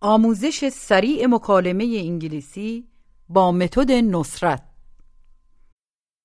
آموزش سریع مکالمه انگلیسی با متد نصرت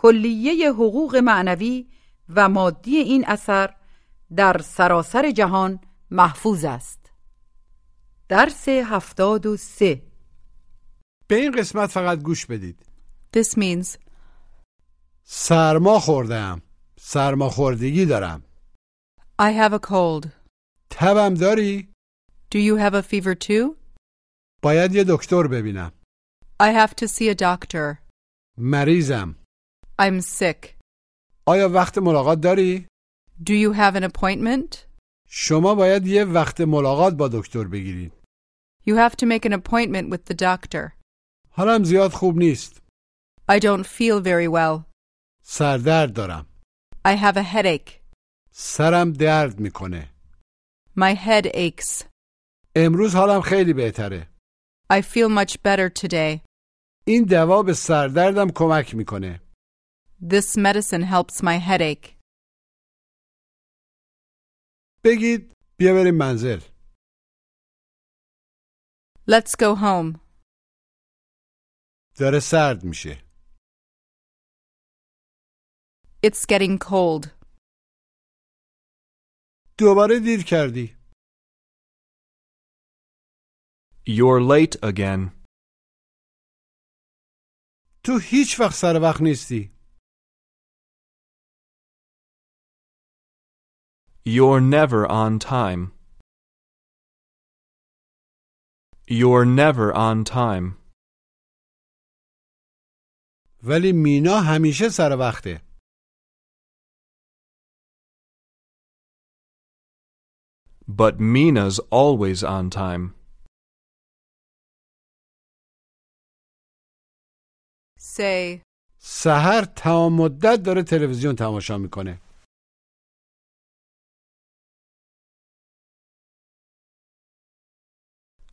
کلیه حقوق معنوی و مادی این اثر در سراسر جهان محفوظ است درس هفتاد و سه به این قسمت فقط گوش بدید This means سرما خوردم سرما خوردگی دارم I have a cold. تبم داری؟ Do you have a fever too? باید یه دکتر ببینم I have to see a doctor. مریضم I'm sick. آیا وقت ملاقات داری؟ Do you have an appointment? شما باید یه وقت ملاقات با دکتر بگیرید You have to make an appointment with the doctor. حالم زیاد خوب نیست I don't feel very well. سردرد دارم I have a headache. سرم درد میکنه My head aches. امروز حالم خیلی بهتره I feel much better today. این دوا به سردردم کمک میکنه This medicine helps my headache. بگید بیا بریم منزل Let's go home. داره سرد میشه It's getting cold. دوباره دیر کردی You're late again. تو هیچ وقت سر وقت نیستی You're never on time. You're never on time. ولی مینا همیشه سر وقته But Mina's always on time. Say, سهر تمام مدت داره تلویزیون تماشا میکنه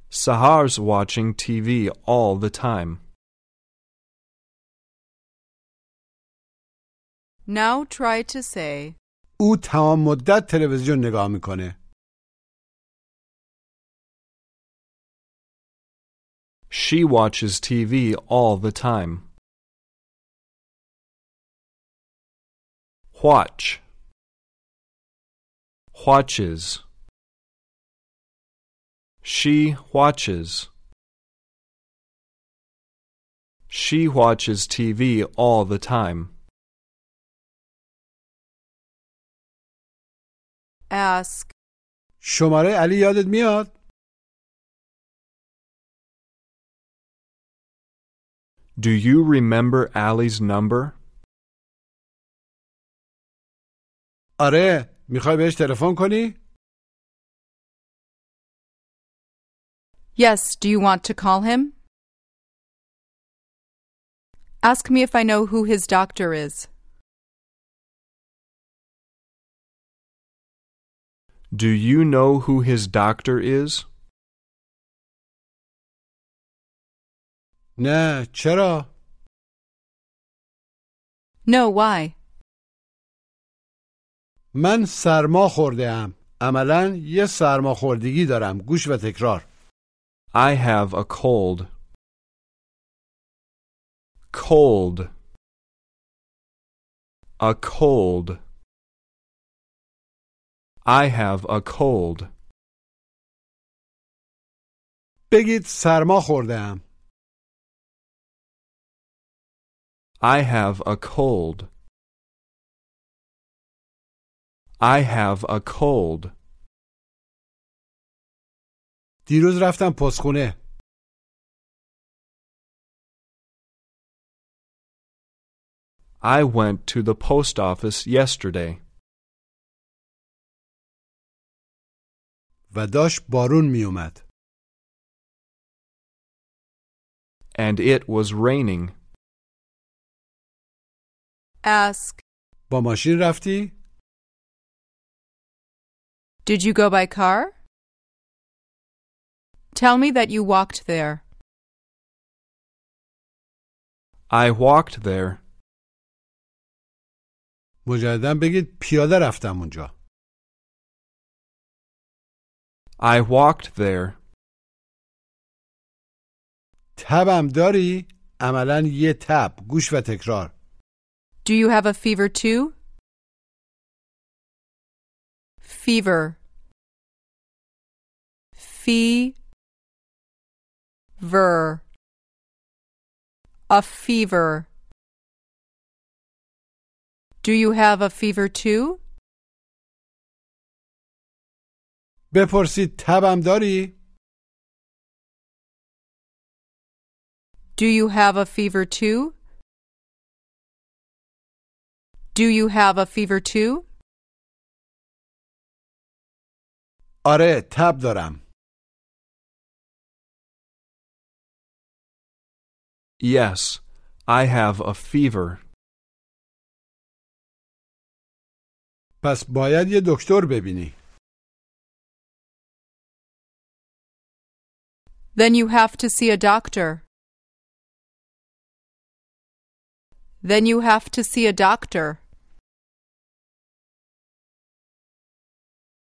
Sahar's watching TV all the time. now try to say, او تمام مدت تلویزیون نگاه میکنه She watches TV all the time. Watch. Watches. She watches. She watches TV all the time. ask, شماره علی یادت میاد Do you remember Allie's number? آره میخوای بهش تلفن کنی Yes, do you want to call him? Ask me if I know who his doctor is. Do you know who his doctor is? نه چرا No, why? من سرما خورده ام عملا یه سرما خوردگی دارم گوش و تکرار I have a cold. Cold. A cold. I have a cold. بگید سرما خوردم I have a cold. I have a cold. دیروز رفتم پستخونه I went to the post office yesterday. و داشت بارون میومد and it was raining. Ask. با ماشین رفتی؟ Did you go by car? Tell me that you walked there. I walked there. مجددا بگید پیاده رفتم اونجا I walked there. تبم داری؟ عملا یه تب گوش و تکرار Do you have a fever too? Fever. Fee. Ver. A fever. Do you have a fever too? بپرسید تبم داری؟ Do you have a fever too? Do you have a fever too? آره تب دارم Yes, I have a fever. پس باید یه دکتر ببینی Then you have to see a doctor. Then you have to see a doctor.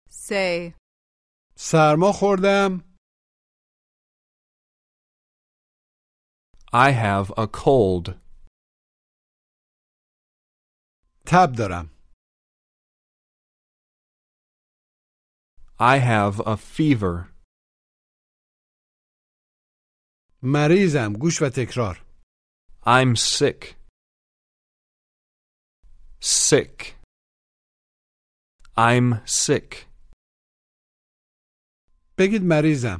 Say, سرما خوردم I have a cold. تب دارم I have a fever. مریضم گوش و تکرار I'm sick. Sick. I'm sick. بگید مریضم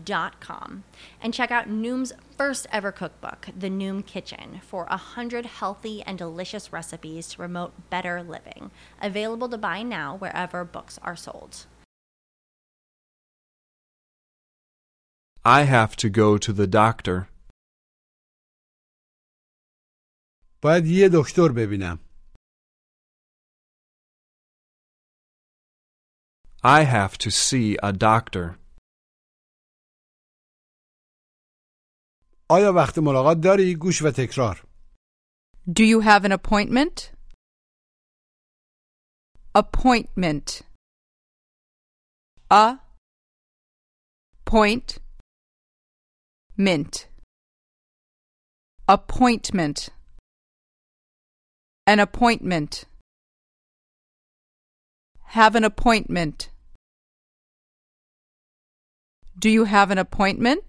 noom.com and check out Noom's first ever cookbook, The Noom Kitchen, for a 100 healthy and delicious recipes to promote better living. Available to buy now wherever books are sold. I have to go to the doctor. باید یه دکتر ببینم I have to see a doctor. آیا وقت ملاقات داری؟ گوش و تکرار do you have an appointment? Appointment. A. Point. Mint. Appointment. An appointment. Have an appointment. Do you have an appointment?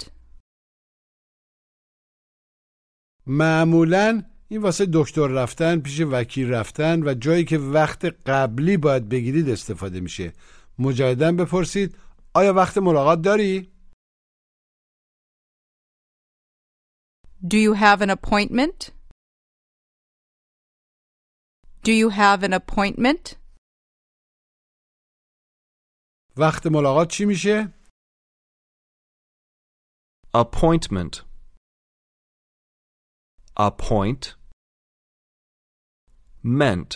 معمولا این واسه دکتر رفتن پیش وکیل رفتن و جایی که وقت قبلی باید بگیرید استفاده میشه مجددا بپرسید آیا وقت ملاقات داری؟ Do you have an appointment? Do you have an appointment? وقت ملاقات چی میشه؟ Appointment. Appoint. Meant.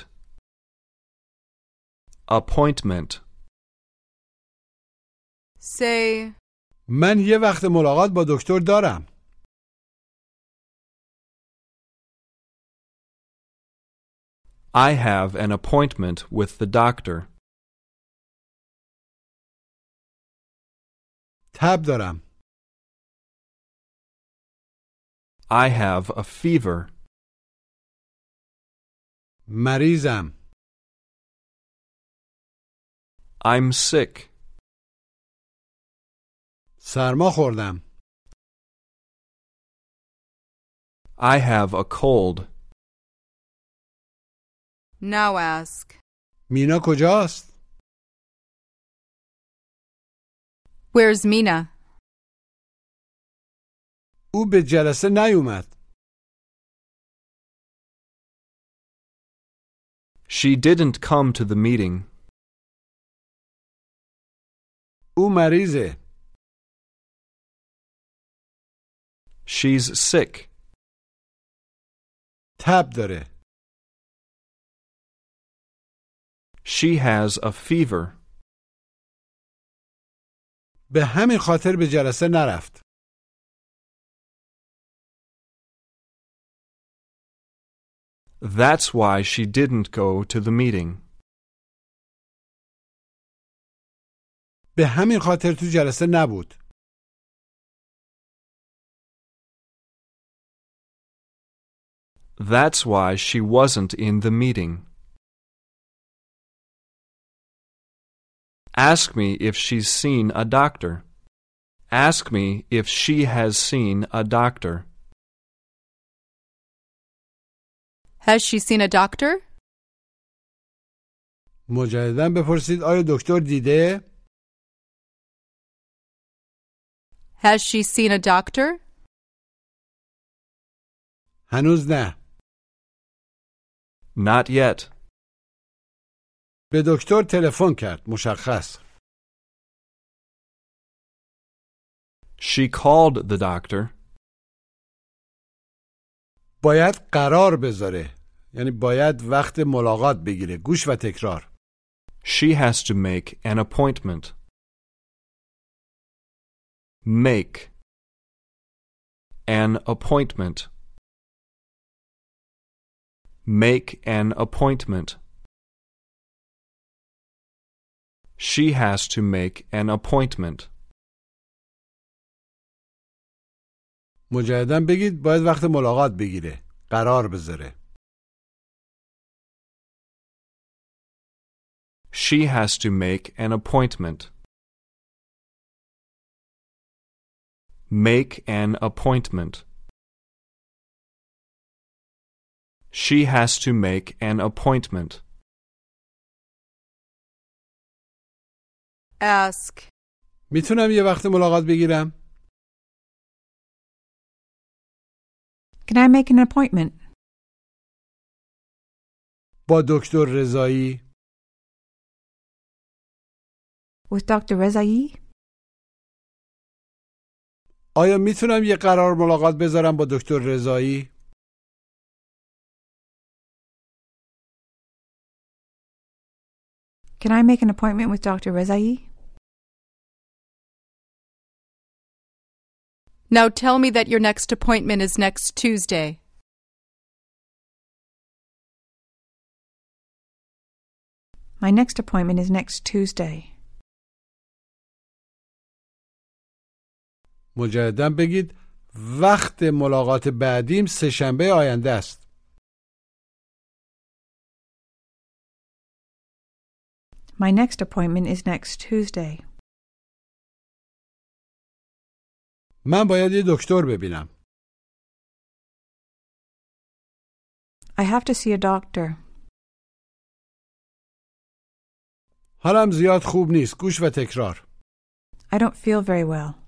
Appointment. Say, من یه وقت ملاقات با دکتر دارم. I have an appointment with the doctor. تب دارم. I have a fever. مریضم. I'm sick. سرما خوردم. I have a cold. now ask. مینا کجاست؟ Where's Mina? او به جلسه نیومد. She didn't come to the meeting. او مریضه. She's sick. تب داره. She has a fever. به همین خاطر به جلسه نرفت. That's why she didn't go to the meeting. به همین خاطر تو جلسه نبود. That's why she wasn't in the meeting. Ask me if she's seen a doctor. Ask me if she has seen a doctor. Has she seen a doctor? مجددا بپرسید آیا دکتر دیده؟ Has she seen a doctor? هنوز نه. Not yet. به دکتر تلفن کرد مشخص. She called the doctor. باید قرار بذاره. یعنی باید وقت ملاقات بگیره. گوش و تکرار. She has to make an appointment. Make an appointment. Make an appointment. She has to make an appointment. مجددا بگید باید وقت ملاقات بگیره. قرار بذاره. She has to make an appointment. Make an appointment. She has to make an appointment. Ask. میتونم یه وقت ملاقات بگیرم؟ Can I make an appointment? با دکتر رضایی With Dr. Rezai? آیا میتونم یه قرار ملاقات بذارم با دکتر رضایی؟ Can I make an appointment with Dr. Rezai? Now tell me that your next appointment is next Tuesday. My next appointment is next Tuesday. مجددا بگید وقت ملاقات بعدیم سه شنبه آینده است. My next appointment is next Tuesday. من باید یه دکتر ببینم. I have to see a doctor. حالم زیاد خوب نیست. گوش و تکرار. I don't feel very well.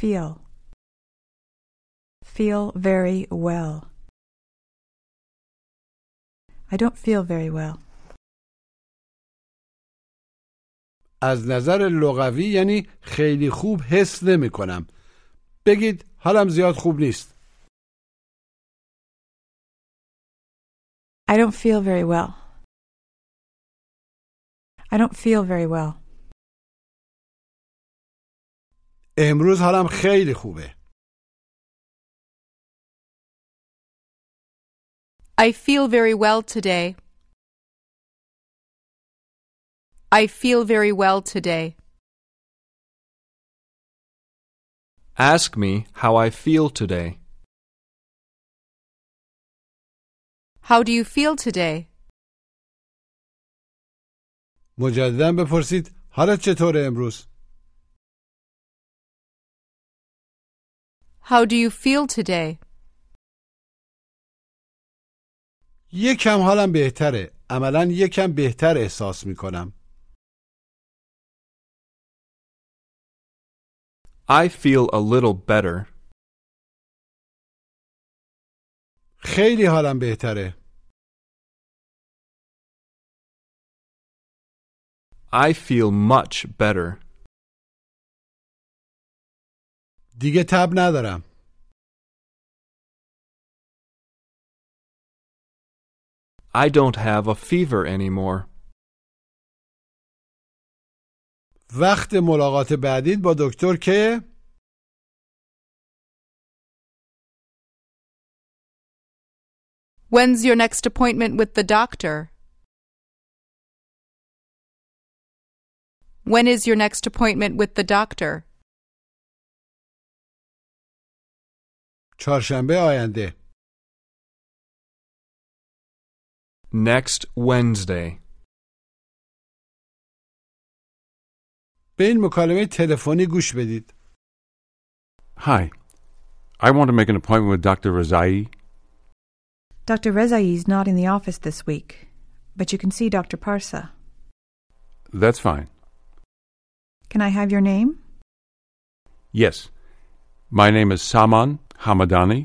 Feel. feel very well. I don't feel very well. از نظر لغوی یعنی خیلی خوب حس نمی کنم بگید حالم زیاد خوب نیست I don't feel very well. I don't feel very well. امروز حالم خیلی خوبه I feel very well today. I feel very well today. Ask me how I feel today. How do you feel today? مجددا بپرسید حالت چطوره امروز How do you feel today? یکم حالم بهتره عملا یکم بهتر احساس می کنم I feel a little better. خیلی حالم بهتره I feel much better. دیگه تب ندارم I don't have a fever anymore. وقت ملاقات بعدید با دکتر که When's your next appointment with the doctor? When is your next appointment with the doctor? چهارشنبه آینده Next Wednesday. به این مکالمه تلفنی گوش بدید Hi. I want to make an appointment with Dr. Razai. Dr. Rezai is not in the office this week, but you can see Dr. Parsa. That's fine. Can I have your name? Yes. My name is Saman Hamadani.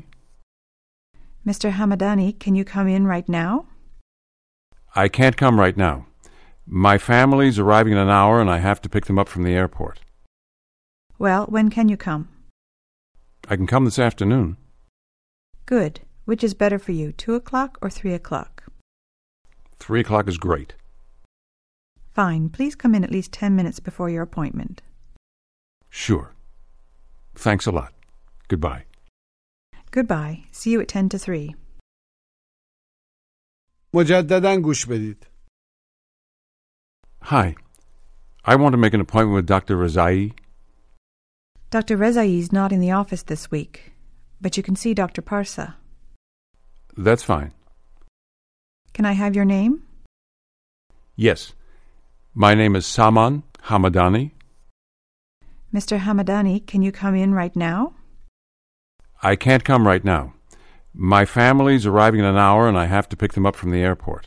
Mr. Hamadani, can you come in right now? I can't come right now. My family's arriving in an hour and I have to pick them up from the airport. Well, when can you come? I can come this afternoon. Good. Which is better for you, two o'clock or three o'clock? Three o'clock is great. Fine. Please come in at least ten minutes before your appointment. Sure. Thanks a lot. Goodbye. Goodbye. See you at ten to three. مجددا گوش بدید Hi. I want to make an appointment with Dr. Razai. Dr. Rezai is not in the office this week, but you can see Dr. Parsa. That's fine. Can I have your name? Yes. My name is Saman Hamadani. Mr. Hamadani, can you come in right now? I can't come right now. My family's arriving in an hour and I have to pick them up from the airport.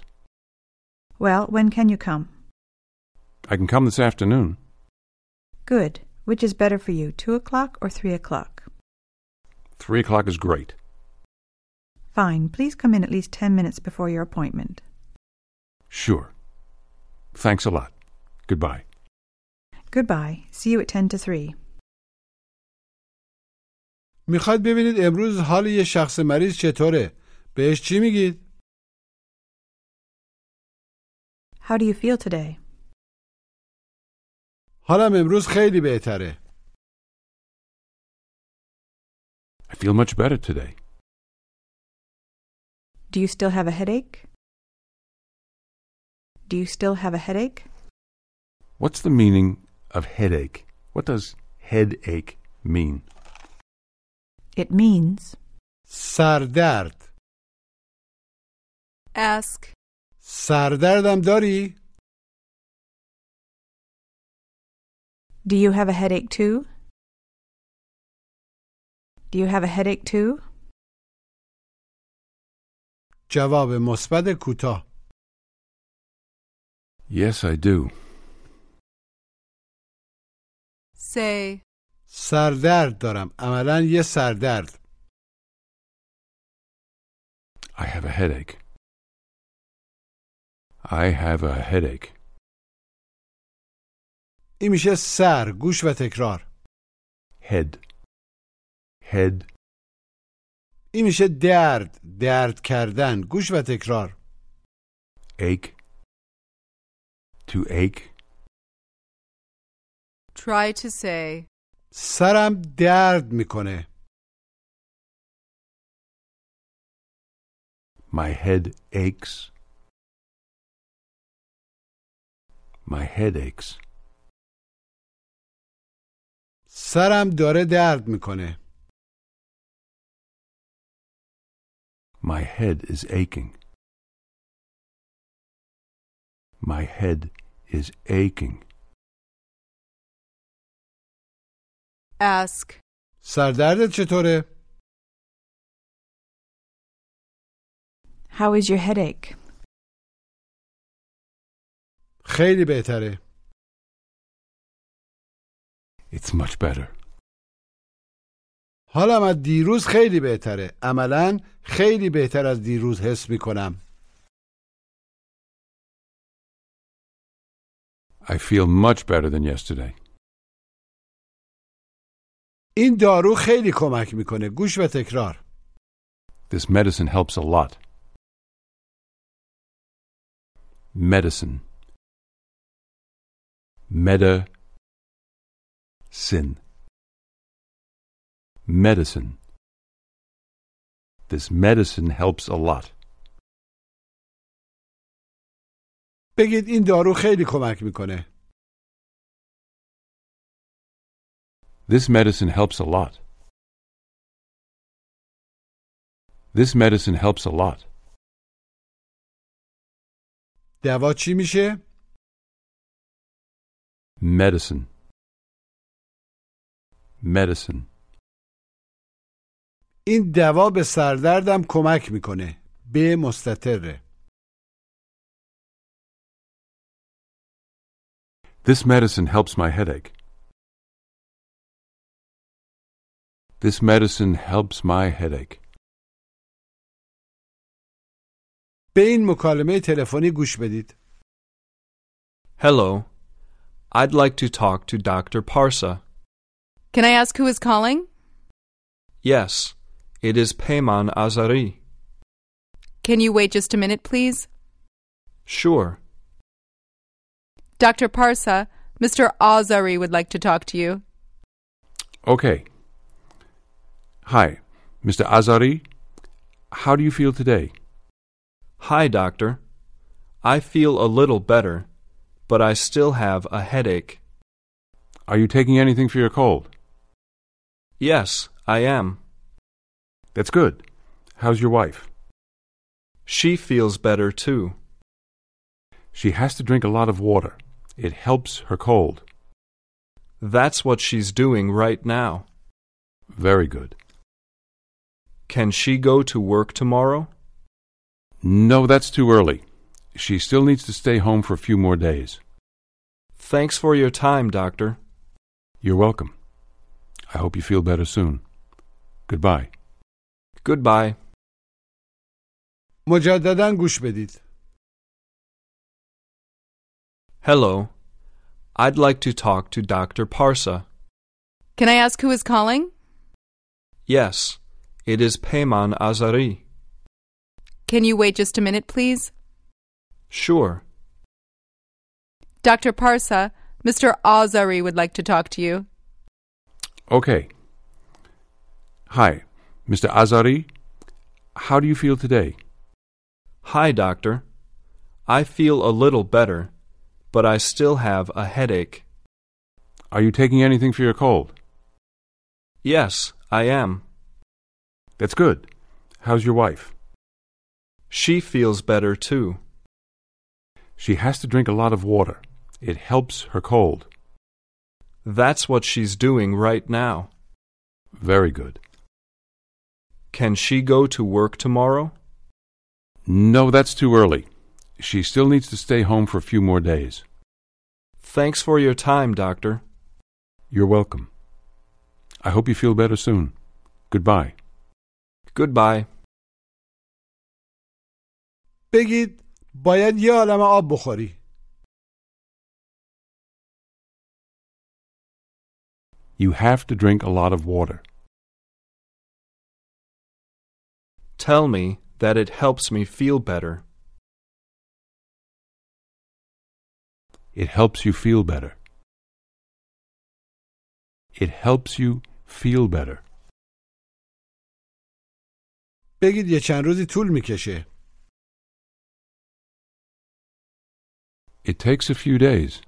Well, when can you come? I can come this afternoon. Good. Which is better for you, two o'clock or three o'clock? Three o'clock is great. Fine. Please come in at least ten minutes before your appointment. Sure. Thanks a lot. Goodbye. Goodbye. See you at ten to three. میخواد ببینید امروز حال یه شخص مریض چطوره بهش چی میگید How do you feel today? حالم امروز خیلی بهتره I feel much better today. Do you still have a headache? Do you still have a headache? What's the meaning of headache? What does headache mean? It means سردرد Ask. سردردم داری Do you have a headache too? Do you have a headache too? جواب مثبت کوتاه Yes, I do. Say. سردرد دارم عملا یه سردرد I have a headache. I have a headache. این میشه سر گوش و تکرار Head. Head. این میشه درد درد کردن گوش و تکرار Ache. To ache. Try to say. سرم درد میکنه My head aches. My head aches. سرم داره درد میکنه My head is aching. My head is aching. Ask. سردردت چطوره؟ How is your headache? خیلی بهتره It's much better. حالم از دیروز خیلی بهتره عملا خیلی بهتر از دیروز حس میکنم I feel much better than yesterday. این دارو خیلی کمک میکنه گوش و تکرار This medicine helps a lot. Medicine. Meta. Sin. Medicine. This medicine helps a lot. بگید این دارو خیلی کمک میکنه This medicine helps a lot. This medicine helps a lot. دوا چی میشه؟ Medicine. Medicine. این دوا به سردردم کمک میکنه به مستطره This medicine helps my headache. This medicine helps my headache. به این مکالمه تلفنی گوش بدید Hello. I'd like to talk to Dr. Parsa. Can I ask who is calling? Yes, it is Peyman Azari. Can you wait just a minute, please? Sure. Dr. Parsa, Mr. Azari would like to talk to you. Okay. Hi, Mr. Azari. How do you feel today? Hi, doctor. I feel a little better, but I still have a headache. Are you taking anything for your cold? Yes, I am. That's good. How's your wife? She feels better too. She has to drink a lot of water. It helps her cold. That's what she's doing right now. Very good. Can she go to work tomorrow? No, that's too early. She still needs to stay home for a few more days. Thanks for your time, doctor. You're welcome. I hope you feel better soon. Goodbye. Goodbye. مجددا گوش بدید Hello. I'd like to talk to Dr. Parsa. Can I ask who is calling? Yes, it is Peyman Azari. Can you wait just a minute, please? Sure. Dr. Parsa, Mr. Azari would like to talk to you. Okay. Hi, Mr. Azari. How do you feel today? Hi, doctor. I feel a little better, but I still have a headache. Are you taking anything for your cold? Yes, I am. That's good. How's your wife? She feels better too. She has to drink a lot of water. It helps her cold. That's what she's doing right now. Very good. Can she go to work tomorrow? No, that's too early. She still needs to stay home for a few more days. Thanks for your time, doctor. You're welcome. I hope you feel better soon. Goodbye. Goodbye. بگید باید یه عالم آب بخوری You have to drink a lot of water. Tell me that it helps me feel better. It helps you feel better. It helps you feel better. بگید یه چند روزی طول میکشه It takes a few days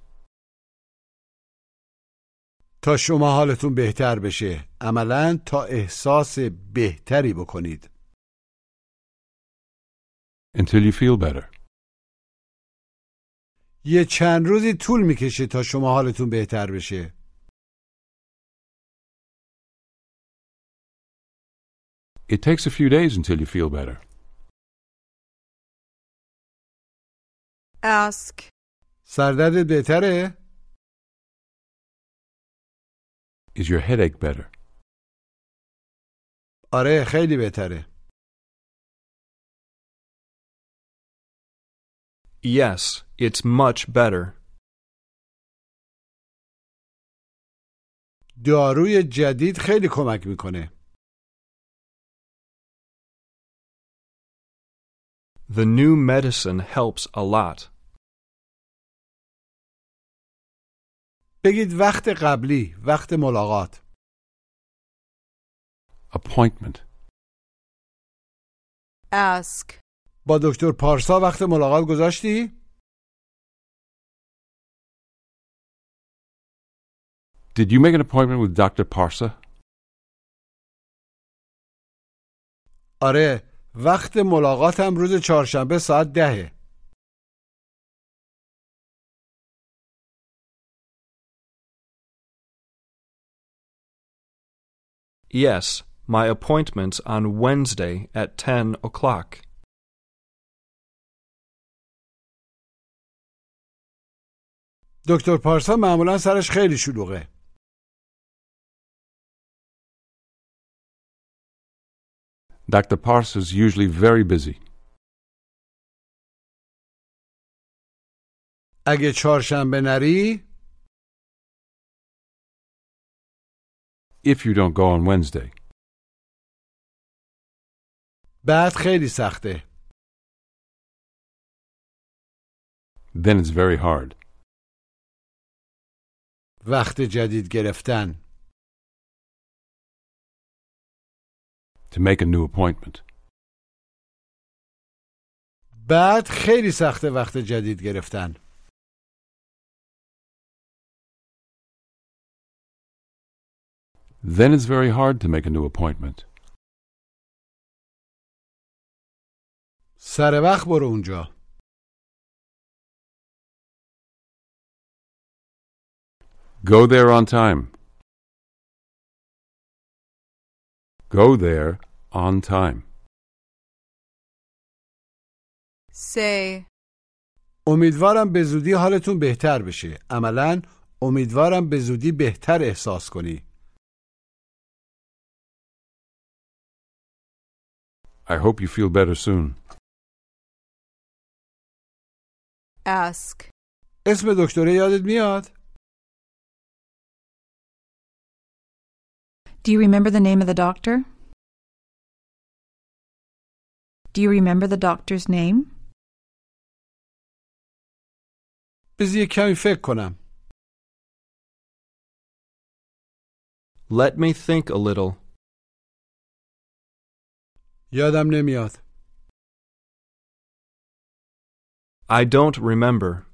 تا شما حالتون بهتر بشه عملا تا احساس بهتری بکنید until you feel better. یه چند روزی طول میکشه تا شما حالتون بهتر بشه It takes a few days until you feel better. Ask. سردردت بهتره؟ Is your headache better? آره خیلی بهتره Yes, it's much better. داروی جدید خیلی کمک میکنه The new medicine helps a lot. بگید وقت قبلی وقت ملاقات Appointment. Ask. با دکتر پارسا وقت ملاقات گذاشتی؟ Did you make an appointment with Dr. Parsa? آره وقت ملاقاتم روز چهارشنبه ساعت دهه Yes, my appointment's on Wednesday at 10 o'clock. دکتر پارسا معمولا سرش خیلی شلوغه Dr. Parsa's usually very busy. اگه چهارشنبه نری If you don't go on Wednesday, بعد خیلی سخته then it's very hard. وقت جدید گرفتن to make a new appointment. بعد خیلی سخته وقت جدید گرفتن Then it's very hard to make a new appointment. سر وقت برو اونجا Go there on time. Go there on time. Say. امیدوارم به زودی حالتون بهتر بشه عملا امیدوارم به زودی بهتر احساس کنی I hope you feel better soon. Ask. اسم دکتره یادت میاد؟ Do you remember the name of the doctor? Do you remember the doctor's name? بذار یه کمی فکر کنم Let me think a little. یادم نمیاد I don't remember.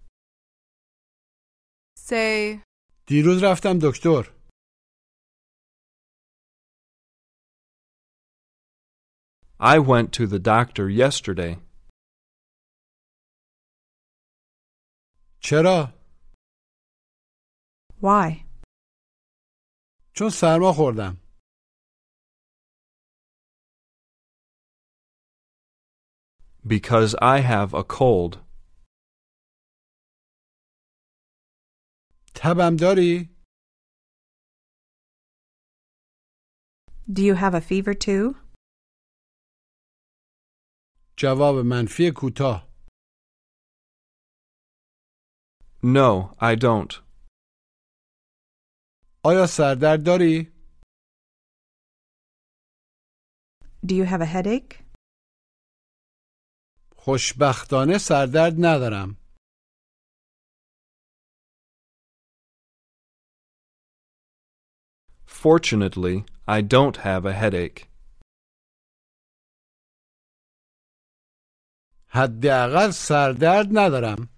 Say. دیروز رفتم دکتر I went to the doctor yesterday چرا؟ Why? چون سرما خوردم because I have a cold. تبم داری؟ Do you have a fever too? جواب منفی کوتاه No, I don't. آیا سردرد داری؟ Do you have a headache? خوشبختانه سردرد ندارم. Fortunately, I don't have a headache. حداقل سردرد ندارم.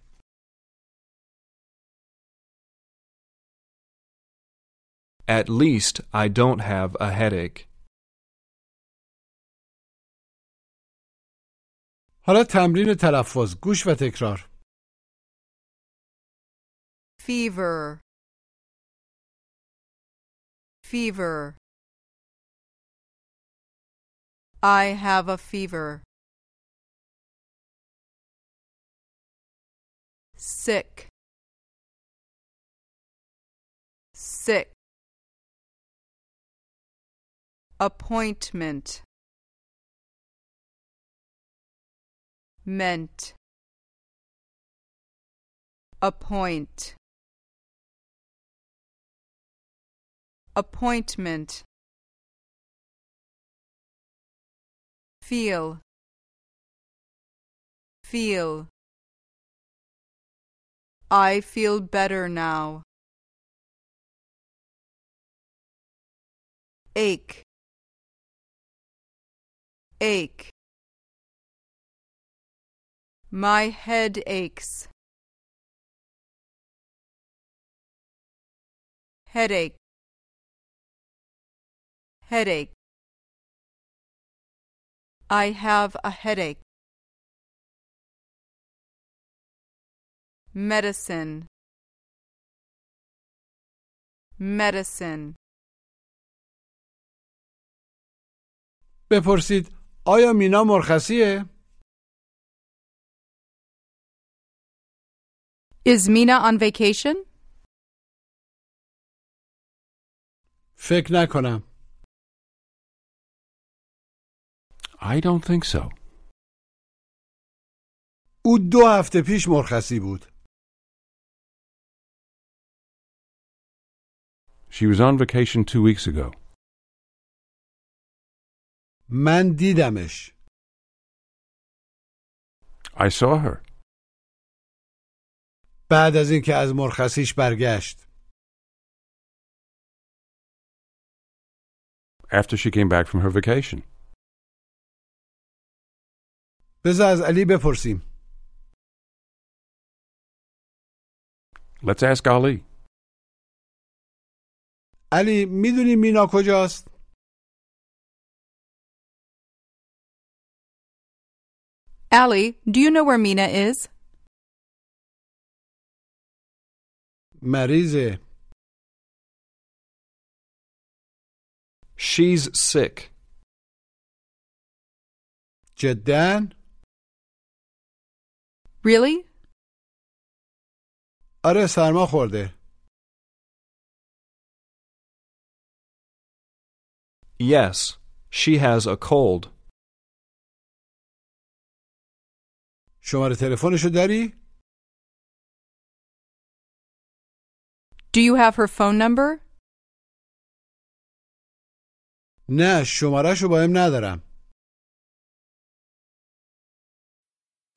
At least I don't have a headache. حالا تمرین تلفظ گوش و تکرار. Fever. Fever. I have a fever. Sick. Sick. Appointment. Meant. Appoint. appointment feel feel I feel better now ache ache my head aches headache headache. I have a headache. Medicine. Medicine. بپرسید آیا مینا مرخصیه؟ Is Mina on vacation? فکر نکنم. I don't think so. او دو هفته پیش مرخصی بود. She was on vacation two weeks ago. من دیدمش. I saw her. بعد از اینکه از مرخصیش برگشت. After she came back from her vacation. بذار از علی بپرسیم. Let's ask Ali. علی میدونی مینا کجاست؟ Allie, do you know where Mina is? مریضه. She's sick. جدا؟ Really? آره سرما خورده. Yes, she has a cold. شماره تلفنشو داری؟ Do you have her phone number? نه شمارهشو با هم ندارم.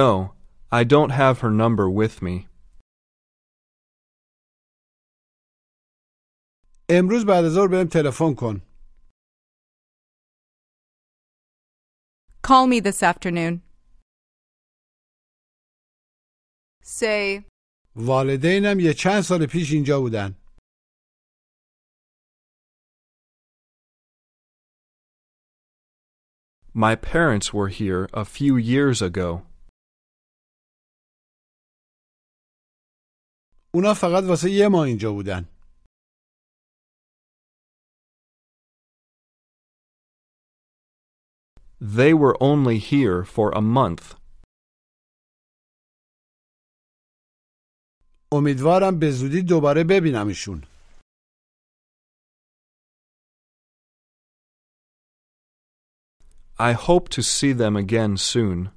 No, I don't have her number with me. امروز بعد از ظهر بهم تلفن کن Call me this afternoon. Say, والدینم یه چند سال پیش اینجا بودن My parents were here a few years ago. اونا فقط واسه یه ماه اینجا بودن They were only here for a month. امیدوارم به زودی دوباره ببینمشون I hope to see them again soon.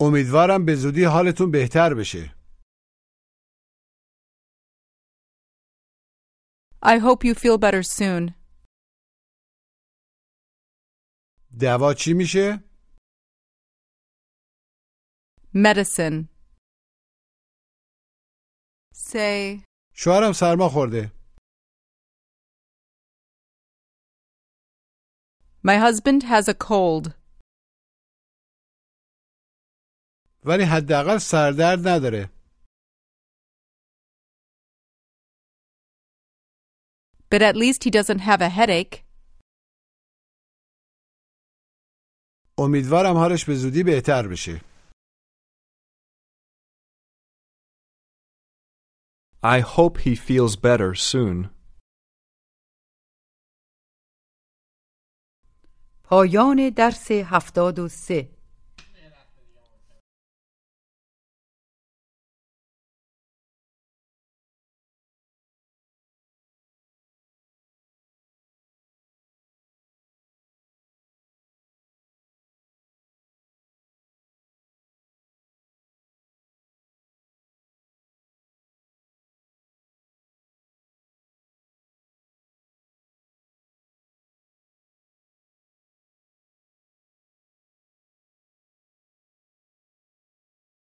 امیدوارم به زودی حالتون بهتر بشه I hope you feel better soon. دوا چی میشه؟ Medicine. Say, شوهرم سرما خورده my husband has a cold, ولی حداقل سردرد نداره but at least he doesn't have a headache. امیدوارم حالش به زودی بهتر بشه I hope he feels better soon. پایان درس هفتاد و سه